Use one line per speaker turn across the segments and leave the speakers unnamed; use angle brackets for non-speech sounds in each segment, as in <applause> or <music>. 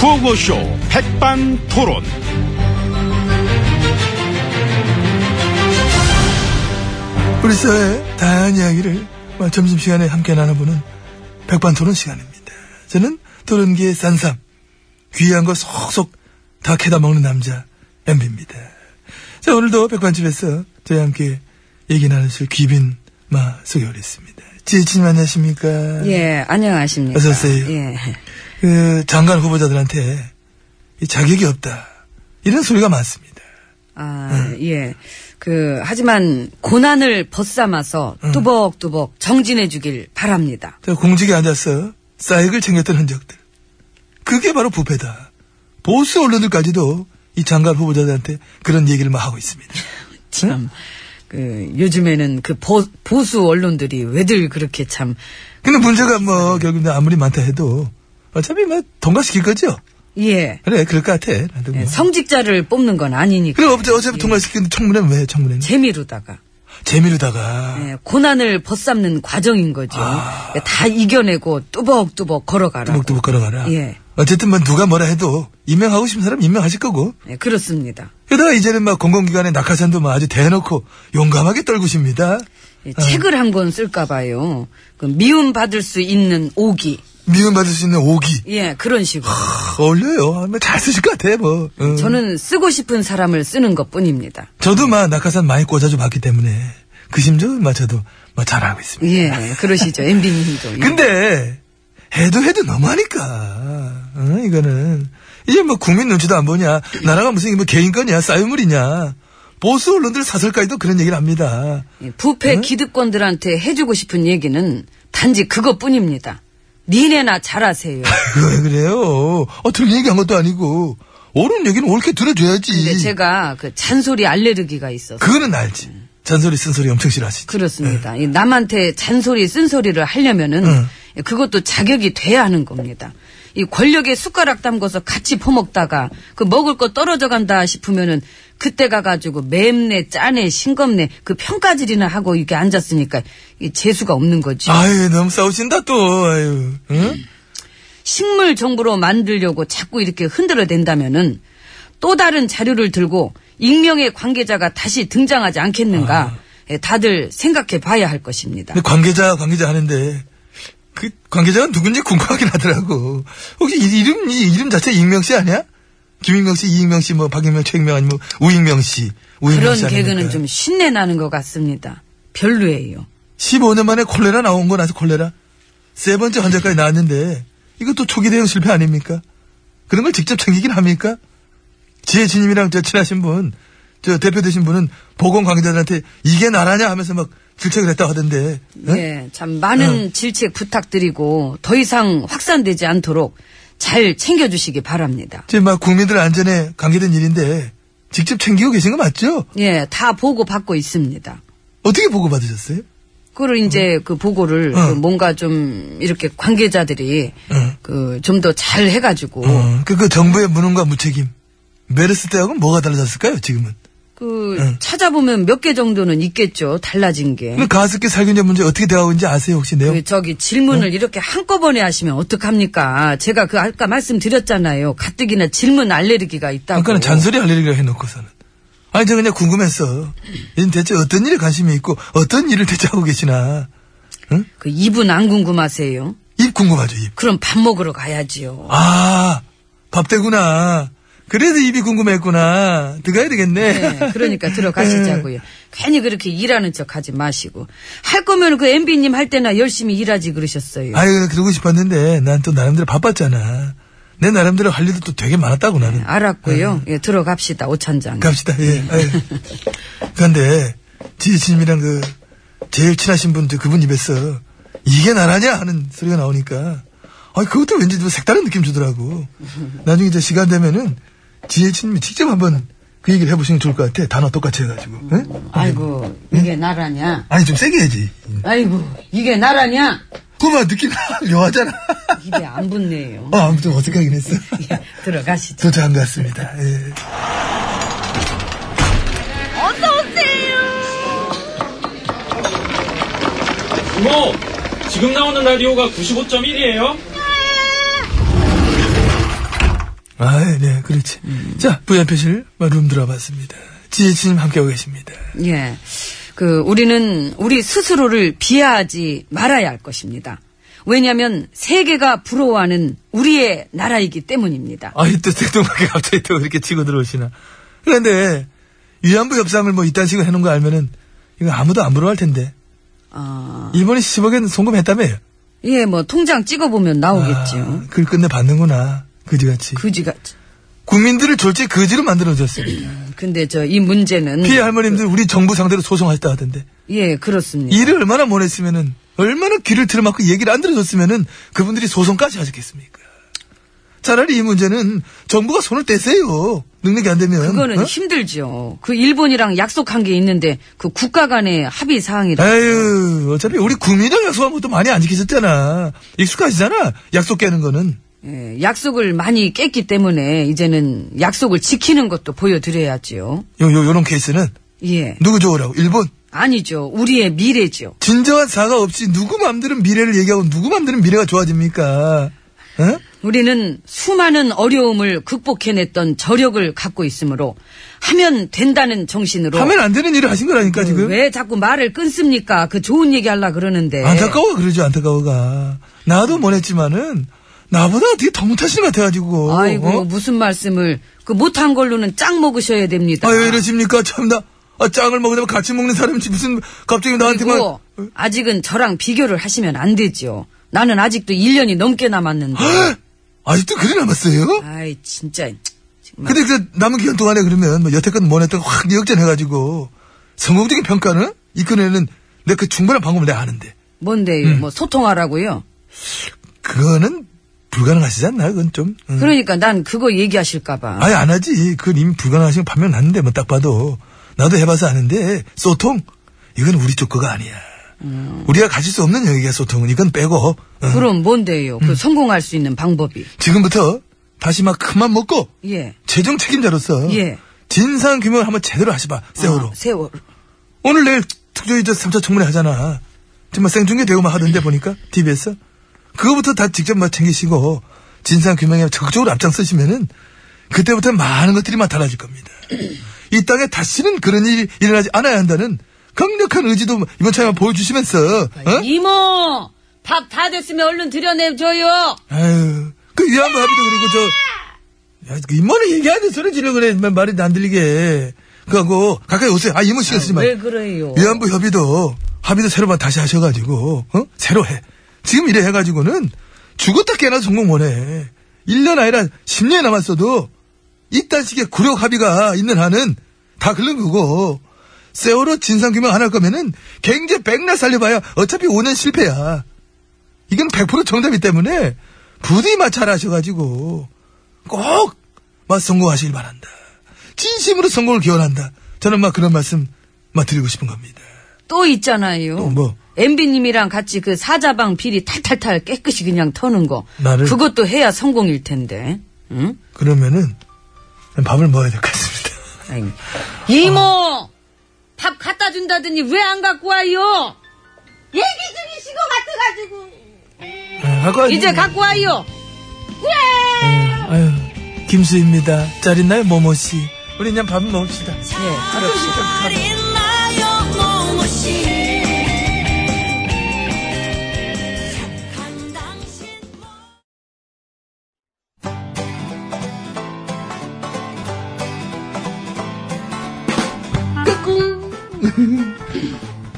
구호쇼 백반토론.
우리 사회의 다양한 이야기를 어, 점심시간에 함께 나눠보는 백반토론 시간입니다. 저는 토론계의 산삼, 귀한 거 속속 다 캐다 먹는 남자, 엠비입니다. 자, 오늘도 백반집에서 저희와 함께 얘기 나누실 귀빈 마 소개하겠습니다. 지혜진님 안녕하십니까?
예, 안녕하십니까.
어서 오세요.
예.
그 장관 후보자들한테 이 자격이 없다. 이런 소리가 많습니다.
아, 예. 그, 하지만 고난을 벗삼아서 뚜벅뚜벅 정진해주길 바랍니다.
자, 공직에 앉아서 싸익을 챙겼던 흔적들. 그게 바로 부패다. 보수 언론들까지도 이 장관 후보자들한테 그런 얘기를 막 하고 있습니다.
참. 그, 요즘에는 그 보, 수 언론들이 왜들 그렇게 참,
근데 문제가 뭐 결국 아무리 많다 해도 어차피 뭐 통과시킬 거죠.
예.
그래 그럴 것 같아. 나도 뭐.
예, 성직자를 뽑는 건 아니니까.
그럼 어차- 어차피 통과시키는데 청문회는 왜 청문회는?
재미로다가.
재미로다가
예, 고난을 벗삼는 과정인 거죠. 예, 다 이겨내고 뚜벅뚜벅 걸어가라.
두목두목 걸어가라.
예.
어쨌든 뭐 누가 뭐라 해도 임명하고 싶은 사람 임명하실 거고
예, 그렇습니다.
게다가 이제는 막 공공기관의 낙하산도 막 아주 대놓고 용감하게 떨구십니다.
예, 책을 한 권 쓸까봐요. 그 미움받을 수 있는 오기.
미움받을 수 있는 오기.
예, 그런 식으로.
크, 어울려요. 뭐잘 쓰실 것 같아, 뭐. 응.
저는 쓰고 싶은 사람을 쓰는 것 뿐입니다.
저도 막 낙하산 많이 꽂아줘 봤기 때문에 그 심정은 막 저도 막 잘하고 있습니다.
예, 그러시죠. 엠비님도. 예.
근데 해도 해도 너무하니까. 응, 이거는. 이제 뭐 국민 눈치도 안 보냐. 나라가 무슨 뭐 개인 거냐, 싸유물이냐. 보수 언론들 사설까지도 그런 얘기를 합니다.
예, 부패 기득권들한테 해주고 싶은 얘기는 단지 그것뿐입니다.
<laughs>
니네나 잘하세요.
그거 왜 그래요? 어, 틀린 얘기한 것도 아니고. 옳은 얘기는 옳게
근데
들어줘야지.
제가 그 잔소리 알레르기가 있어서.
그거는 알지. 잔소리 쓴소리 엄청 싫어하시지.
그렇습니다. 이 남한테 잔소리 쓴소리를 하려면은 그것도 자격이 돼야 하는 겁니다. 이 권력에 숟가락 담궈서 같이 퍼먹다가 그 먹을 거 떨어져 간다 싶으면은 그때 가가지고 맵네 짜네 싱겁네 그 평가질이나 하고 이렇게 앉았으니까 이 재수가 없는 거지.
아유, 너무 싸우신다, 또. 아유. 응?
식물 정보로 만들려고 자꾸 이렇게 흔들어댄다면은 또 다른 자료를 들고 익명의 관계자가 다시 등장하지 않겠는가. 예, 다들 생각해 봐야 할 것입니다.
근데 관계자, 관계자 하는데, 그, 관계자가 누군지 궁금하긴 하더라고. 혹시 이 이름, 이 이름 자체 익명 씨 아니야? 김익명 씨, 이익명 씨, 뭐, 박익명, 최익명, 아니면 뭐 우익명 씨. 우익명
그런
씨 아닙니까?
개그는 좀 신내 나는 것 같습니다. 별로예요.
15년 만에 콜레라 나온 거 나서 콜레라. 세 번째 환자까지 나왔는데, 이것도 초기 대응 실패 아닙니까? 그런 걸 직접 챙기긴 합니까? 지혜진님이랑 저 친하신 분, 저 대표 되신 분은 보건 관계자들한테 이게 나라냐 하면서 막 질책을 했다 하던데. 응?
예, 참
어.
많은 질책 부탁드리고 더 이상 확산되지 않도록 잘 챙겨주시기 바랍니다.
지금 막 국민들 안전에 관계된 일인데 직접 챙기고 계신 거 맞죠?
예, 다 보고 받고 있습니다.
어떻게 보고 받으셨어요?
그걸 이제 그 보고를
어.
그 뭔가 좀 이렇게 관계자들이
어.
그 좀 더 잘 해가지고
어, 그, 그 정부의 무능과 무책임. 메르스 때하고는 뭐가 달라졌을까요, 지금은?
그
어.
찾아보면 몇 개 정도는 있겠죠 달라진 게.
그 가습기 살균제 문제 어떻게 대하고 있는지 아세요, 어? 혹시 내용?
그 저기 질문을 이렇게 한꺼번에 하시면 어떡합니까? 제가 그 아까 말씀드렸잖아요. 가뜩이나 질문 알레르기가 있다고.
아까는 그러니까 잔소리 알레르기라 해놓고서는. 아니, 저 그냥 궁금했어. 얘는 대체 어떤 일에 관심이 있고 어떤 일을 대체 하고 계시나.
그 입은 안 궁금하세요?
입 궁금하죠, 입.
그럼 밥 먹으러 가야지요.
아, 밥 되구나. 그래서 입이 궁금했구나. 들어가야 되겠네. 네.
네, 그러니까
<laughs>
들어가시자고요. 괜히 그렇게 일하는 척 하지 마시고. 할 거면 그 MB님 할 때나 열심히 일하지 그러셨어요.
아유, 그러고 싶었는데, 난 또 나름대로 바빴잖아. 내 나름대로 할 일도 또 되게 많았다고, 나는.
알았고요.
네.
예, 들어갑시다, 오찬장.
갑시다, 예. 아유. 그런데, 지지친님이랑 그, 제일 친하신 분, 저 그분 입에서, 이게 나라냐? 하는 소리가 나오니까, 아 그것도 왠지 좀 색다른 느낌 주더라고. 나중에 이제 시간 되면은, 지혜친님이 직접 한번 그 얘기를 해보시면 좋을 것 같아. 단어 똑같이 해가지고. 응?
아이고, 이게 나라냐?
아니, 좀 세게 해야지.
아이고, 이게 나라냐?
그만 느낌 <laughs> 묘하잖아.
입에 안 붙네요.
아, 아무튼 어색하긴 했어.
예, 들어가시죠.
도착한 것 같습니다. 예.
언더
이모, 지금 나오는 라디오가 95.1이에요.
아, 네, 그렇지. 자, 부연표실 룸 들어봤습니다. 지혜진님 함께하고 계십니다.
예. 그, 우리는 우리 스스로를 비하하지 말아야 할 것입니다. 왜냐면 세계가 부러워하는 우리의 나라이기 때문입니다.
아니, 또 땡뚱하게 <laughs> 갑자기 또 이렇게 치고 들어오시나. 그런데, 위안부 협상을 뭐 이딴 식으로 해놓은 거 알면은, 이거 아무도 안 부러워할 텐데.
아,
일본이 10억엔 송금했다며요.
예, 뭐, 통장 찍어보면 나오겠죠.
아, 그걸 끝내 받는구나. 그지같이.
그지같이.
국민들을 졸지 그지로 만들어줬습니다.
근데 저, 이 문제는.
피해 할머님들 우리 정부 상대로 소송하셨다 하던데.
예, 그렇습니다.
일을 얼마나 못했으면은, 얼마나 귀를 틀어막고 얘기를 안 들어줬으면은, 그분들이 소송까지 하셨겠습니까. 차라리 이 문제는 정부가 손을 떼세요. 능력이 안 되면.
그거는
어?
힘들죠. 그 일본이랑 약속한 게 있는데, 그 국가 간의 합의 사항이라.
에휴, 어차피 우리 국민이랑 약속한 것도 많이 안 지키셨잖아. 익숙하시잖아. 약속 깨는 거는.
예, 약속을 많이 깼기 때문에, 이제는 약속을 지키는 것도 보여드려야지요.
요, 요, 요런 케이스는
예.
누구 좋으라고? 일본.
아니죠. 우리의 미래죠.
진정한 사과 없이 누구 맘대로 미래를 얘기하고 누구 맘대로 미래가 좋아집니까? 어? 응?
우리는 수많은 어려움을 극복해냈던 저력을 갖고 있으므로 하면 된다는 정신으로
하면 안 되는 일을 하신 거라니까, 지금.
왜 자꾸 말을 끊습니까? 그 좋은 얘기 하려 그러는데
안타까워, 그러죠, 안타까워가. 나도 못했지만은, 나보다 어떻게 더 못하시는 것 같아가지고.
아이고
어?
무슨 말씀을 그 못한 걸로는 짱 먹으셔야 됩니다.
아, 왜 이러십니까? 참, 나, 아, 짱을 먹으려면 같이 먹는 사람이지. 무슨, 갑자기 나한테만.
그리고 아직은 저랑 비교를 하시면 안 되지요. 나는 아직도 1년이
<gasps>
넘게 남았는데.
아직도 글이 남았어요?
아이 진짜 정말
근데 그 남은 기간 동안에 그러면 뭐 여태껏 못했던 거확 역전해가지고 성공적인 평가는 이끌어내는 내 그 충분한 방법을 내가 아는데
뭔데요?
음.
뭐 소통하라고요?
그거는 불가능하시지 않나요? 그건 좀 음. 응.
그러니까 난 그거 얘기하실까봐.
아예 안 하지 그건 이미 불가능하신 거 판명 났는데 뭐 딱 봐도 나도 해봐서 아는데 소통 이건 우리 쪽 거가 아니야 우리가 가질 수 없는 영역이야 소통은 이건 빼고 응.
그럼 뭔데요? 그 성공할 수 있는 방법이.
지금부터 다시 막 큰맘 먹고
예.
재정 책임자로서
예.
진상 규명을 한번 제대로 하시봐 세월호
아, 세월.
오늘 내일 특조위 저 3차 청문회 하잖아. 정말 생중계 되고 막 하던데 보니까, TV에서. 그거부터 다 직접 막 챙기시고, 진상규명에 적극적으로 앞장서시면은, 그때부터 많은 것들이 막 달라질 겁니다. 이 땅에 다시는 그런 일이 일어나지 않아야 한다는 강력한 의지도 이번 차에 보여주시면서, 어?
이모! 밥 다 됐으면 얼른 들여내줘요!
아유, 그 위안부 합의도 그리고 저, 야, 그 이모는 얘기하는 소리 지르고 그래. 마- 말이 안 들리게. 그거하고, 가까이 오세요. 아, 이모 신경 쓰지 마.
왜 그래요?
위안부 협의도 합의도 새로만 다시 하셔가지고 어? 새로 해 지금 이래 해가지고는 죽었다 깨나 성공 못해 1년 아니라 10년이 남았어도 이딴 식의 굴욕 합의가 있는 한은 다 그런 거고 세월호 진상규명 안 할 거면은 경제 백날 살려봐야 어차피 5년 실패야 이건 100% 정답이기 때문에 부디 마 잘하셔가지고 꼭 마 성공하시길 바란다 진심으로 성공을 기원한다 저는 막 그런 말씀 막 드리고 싶은 겁니다
또 있잖아요.
또 뭐?
MB님이랑 같이 그 사자방 비리 탈탈탈 깨끗이 그냥 터는 거.
나를?
그것도 해야 성공일 텐데. 응?
그러면은 밥을 먹어야 될 것 <laughs> 같습니다.
아이, 이모! 밥 갖다 준다더니 왜 안 갖고 와요?
얘기 중이시고 같아가지고
네, 갖고
이제 갖고 와요! 예.
아유, 김수입니다. 잘 있나요, 모모 씨? 우리 그냥 밥 먹읍시다.
예, 그렇습니다.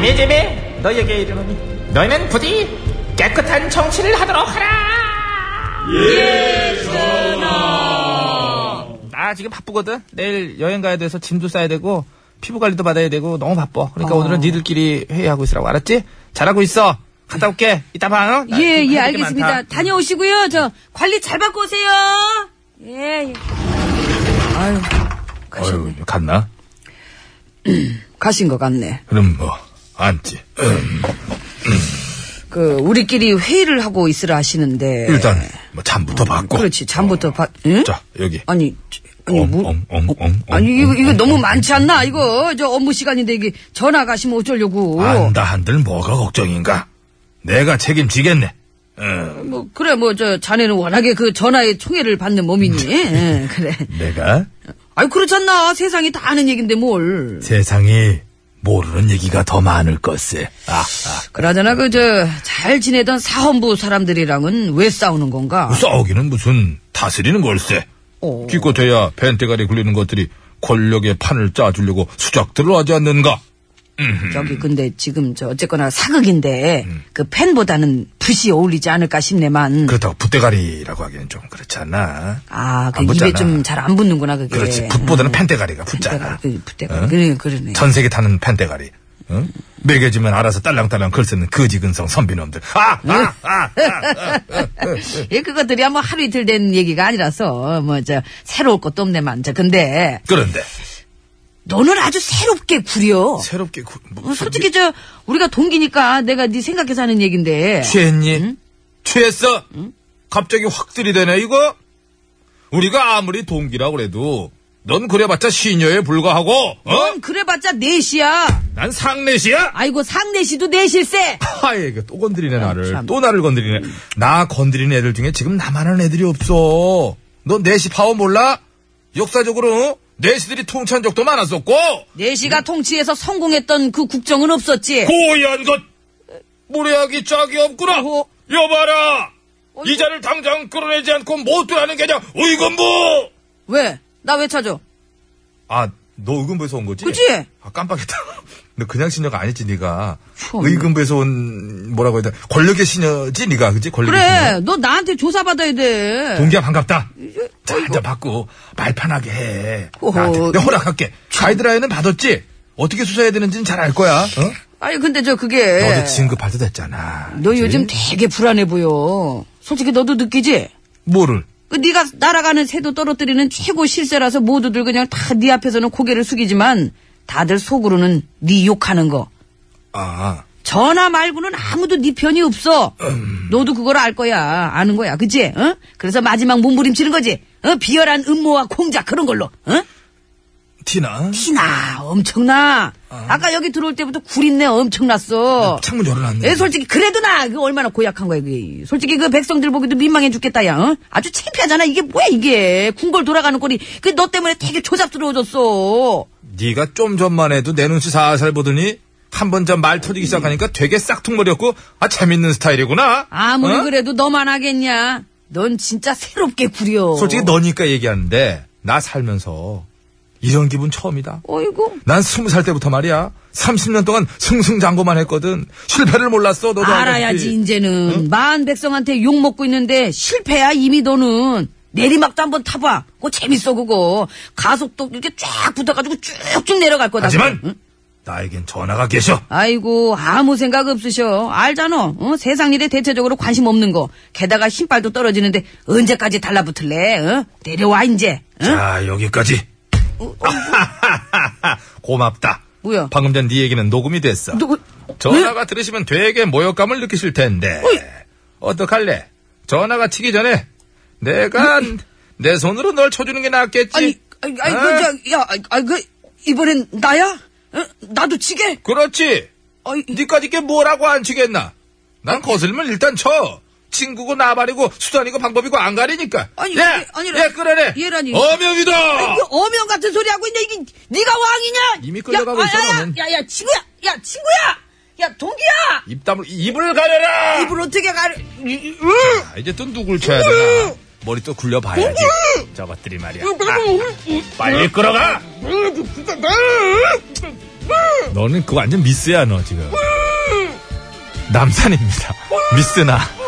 내집에 너에게 이르노니 너희는 부디 깨끗한 정치를 하도록 하라 나 지금 바쁘거든 내일 여행 가야 돼서 짐도 싸야 되고 피부 관리도 받아야 되고 너무 바빠 그러니까 오늘은 니들끼리 회의하고 있으라고 알았지? 잘하고 있어 갔다 올게 이따 봐 어? 나
예,
지금
예,
할 얘기
알겠습니다.
많다.
다녀오시고요. 저 관리 잘 받고 오세요. 예. 예. 아유,
어휴, 갔나?
가신 것 같네.
그럼 뭐, 앉지.
그 우리끼리 회의를 하고 있으라 하시는데.
일단, 뭐, 잠부터 받고.
네. 그렇지. 잠부터 봐. 응?
자, 여기.
아니, 저, 아니
엉,
뭐?
엉, 엉, 엉, 엉,
아니 이거
엉,
이거
엉,
너무
엉,
많지 않나? 이거 저 업무 시간인데 이게 전화 가시면 어쩌려고?
안다 한들 뭐가 걱정인가? 내가 책임지겠네. 어. 응.
뭐 그래 뭐 저 자네는 워낙에 그 전화에 총애를 받는 몸이니.
음.
예, 그래.
내가
아유 그렇지 않나? 세상이 다 아는 얘긴데 뭘?
세상에 모르는 얘기가 더 많을 것세. 아, 아.
그나저나 그 저 잘 지내던 사헌부 사람들이랑은 왜 싸우는 건가?
싸우기는 무슨 다스리는 걸세.
어.
기껏해야 벤대가리 굴리는 것들이 권력의 판을 짜주려고 수작들을 하지 않는가? 음.
저기 근데 지금 저 어쨌거나 사극인데 그 팬보다는 붓이 어울리지 않을까 싶네만.
그렇다고 붓대가리라고 하기는 좀 그렇지 않나?
아, 그
안
입에
붙잖아.
좀 잘 안 붙는구나 그게.
그렇지. 붓보다는
음.
펜대가리가 붙잖아.
붓대가리, 그 붓대가리.
응?
그래, 그러네.
전 세계 타는 펜대가리. 응? 매겨지면 알아서 딸랑딸랑 글 쓰는 그 거지근성 선비놈들. 아! 아! 아!
예, 그것들이 뭐 하루 이틀 된 얘기가 아니라서 뭐 저 새로울 것도 없네만. 저 근데
그런데.
너는 아주 새롭게 구려.
새롭게, 구, 뭐
어, 솔직히 저 우리가 동기니까 내가 네 생각해서 하는 얘긴데.
취했니? 취했어? 갑자기 확 들이대네, 이거? 우리가 아무리 동기라고 그래도, 넌 그래봤자 시녀에 불과하고, 어?
넌 그래봤자 넷이야.
난 상내시야?
아이고 상내시도 넷일세.
하이, 이거 또 건드리네, 나를.
아, 참.
또 나를 건드리네. 나 건드리는 애들 중에 지금 나만한 애들이 없어. 넌 내시 파워 몰라? 역사적으로, 어? 내시들이 통치한 적도 많았었고,
내시가 통치해서 성공했던 그 국정은 없었지.
고의한 것, 무례하기 짝이 없구나.
어허.
여봐라! 이자를 당장 끌어내지 않고 못 들어가는 게냐, 뭐? 의금부!
왜? 나 왜 찾아?
아, 너 의금부에서 온 거지?
그치?
아, 깜빡했다. <laughs> 너 그냥 신녀가 아니지, 네가
참.
의금부에서 온, 뭐라고 해야 되나, 권력의 신녀지, 네가 그치? 권력의 신녀.
그래, 예, 너 나한테 조사받아야 돼.
동기야, 반갑다. 자, 한잔 받고, 말 편하게 해.
어허.
나한테. 내가 허락할게. 가이드라인은 받았지? 어떻게 수사해야 되는지는 잘 알 거야. 어?
아니, 근데 저 그게.
너 어제 진급할 때 됐잖아.
예. 너
그치?
요즘 되게 불안해 보여. 솔직히 너도 느끼지?
뭐를?
그 네가 날아가는 새도 떨어뜨리는 최고 실세라서 모두들 그냥 다 네 앞에서는 고개를 숙이지만 다들 속으로는 네 욕하는 거.
아,
전화 말고는 아무도 네 편이 없어. 너도 그걸 알 거야. 아는 거야. 그치? 어? 그래서 마지막 몸부림치는 거지. 어? 비열한 음모와 공작 그런 걸로. 어?
티나?
티나 엄청나. 아까 여기 들어올 때부터 구린내 엄청났어.
창문 열어놨네.
예, 솔직히 그래도 나 그 얼마나 고약한 거야 그게. 솔직히 그 백성들 보기도 민망해 죽겠다 야. 어? 아주 창피하잖아. 이게 뭐야 이게. 궁궐 돌아가는 꼴이 그 너 때문에 되게 조잡스러워졌어.
네가 좀 전만 해도 내 눈치 살살 보더니 한 번 전 말 터지기 시작하니까 되게 싹퉁거렸고 아 재밌는 스타일이구나.
아무리
어?
그래도 너만 하겠냐. 넌 진짜 새롭게 구려.
솔직히 너니까 얘기하는데 나 살면서 이런 기분 처음이다.
어이구.
난 스무 살 때부터 말이야. 30년 동안 승승장구만 했거든. 실패를 몰랐어. 너도
알아야지
알다시피.
이제는 만 백성한테 욕 먹고 있는데 실패야 이미 너는 내리막도 한번 타봐 그거 재밌어 그거 가속도 이렇게 쫙 붙어가지고 쭉쭉 내려갈 거다
하지만
응?
나에겐 전화가 계셔.
아이고 아무 생각 없으셔 알잖아 어? 세상 일에 대체적으로 관심 없는 거 게다가 신발도 떨어지는데 언제까지 달라붙을래 어? 내려와 이제 응? 어,
자 여기까지. <laughs> 고맙다.
뭐야?
방금 전 네 얘기는 녹음이 됐어.
누구
전화가 들으시면 되게 모욕감을 느끼실 텐데. 어떡할래? 전화가 치기 전에 내가 내 손으로 널 쳐주는 게 낫겠지.
음. 아니 아니 아니
어?
그저야 아니 그 이번엔 나야 어? 나도 치게
그렇지.
아이
니까지 게 뭐라고 안 치겠나? 난 거슬면 일단 쳐. 친구고 나발이고 수단이고 방법이고 안 가리니까. 예,
아니, 그게 아니라-
예, 그러네.
얘라니.
어명이다.
아이, 그 어명 같은 소리 하고 있냐 이게 네가 왕이냐?
이미 끌려가고
야,
있어,
아, 야,
너는.
야야 친구야, 야 친구야, 야 동기야.
입 다물 입을 가려라.
입을 어떻게 가려?
아, 이제 또 누굴 쳐야
어?
되나? 머리 또 굴려봐야지. 저것들이 말이야. 아, 빨리 끌어가. 너는 그거 완전 미스야 너 지금. 남산입니다. 미스나.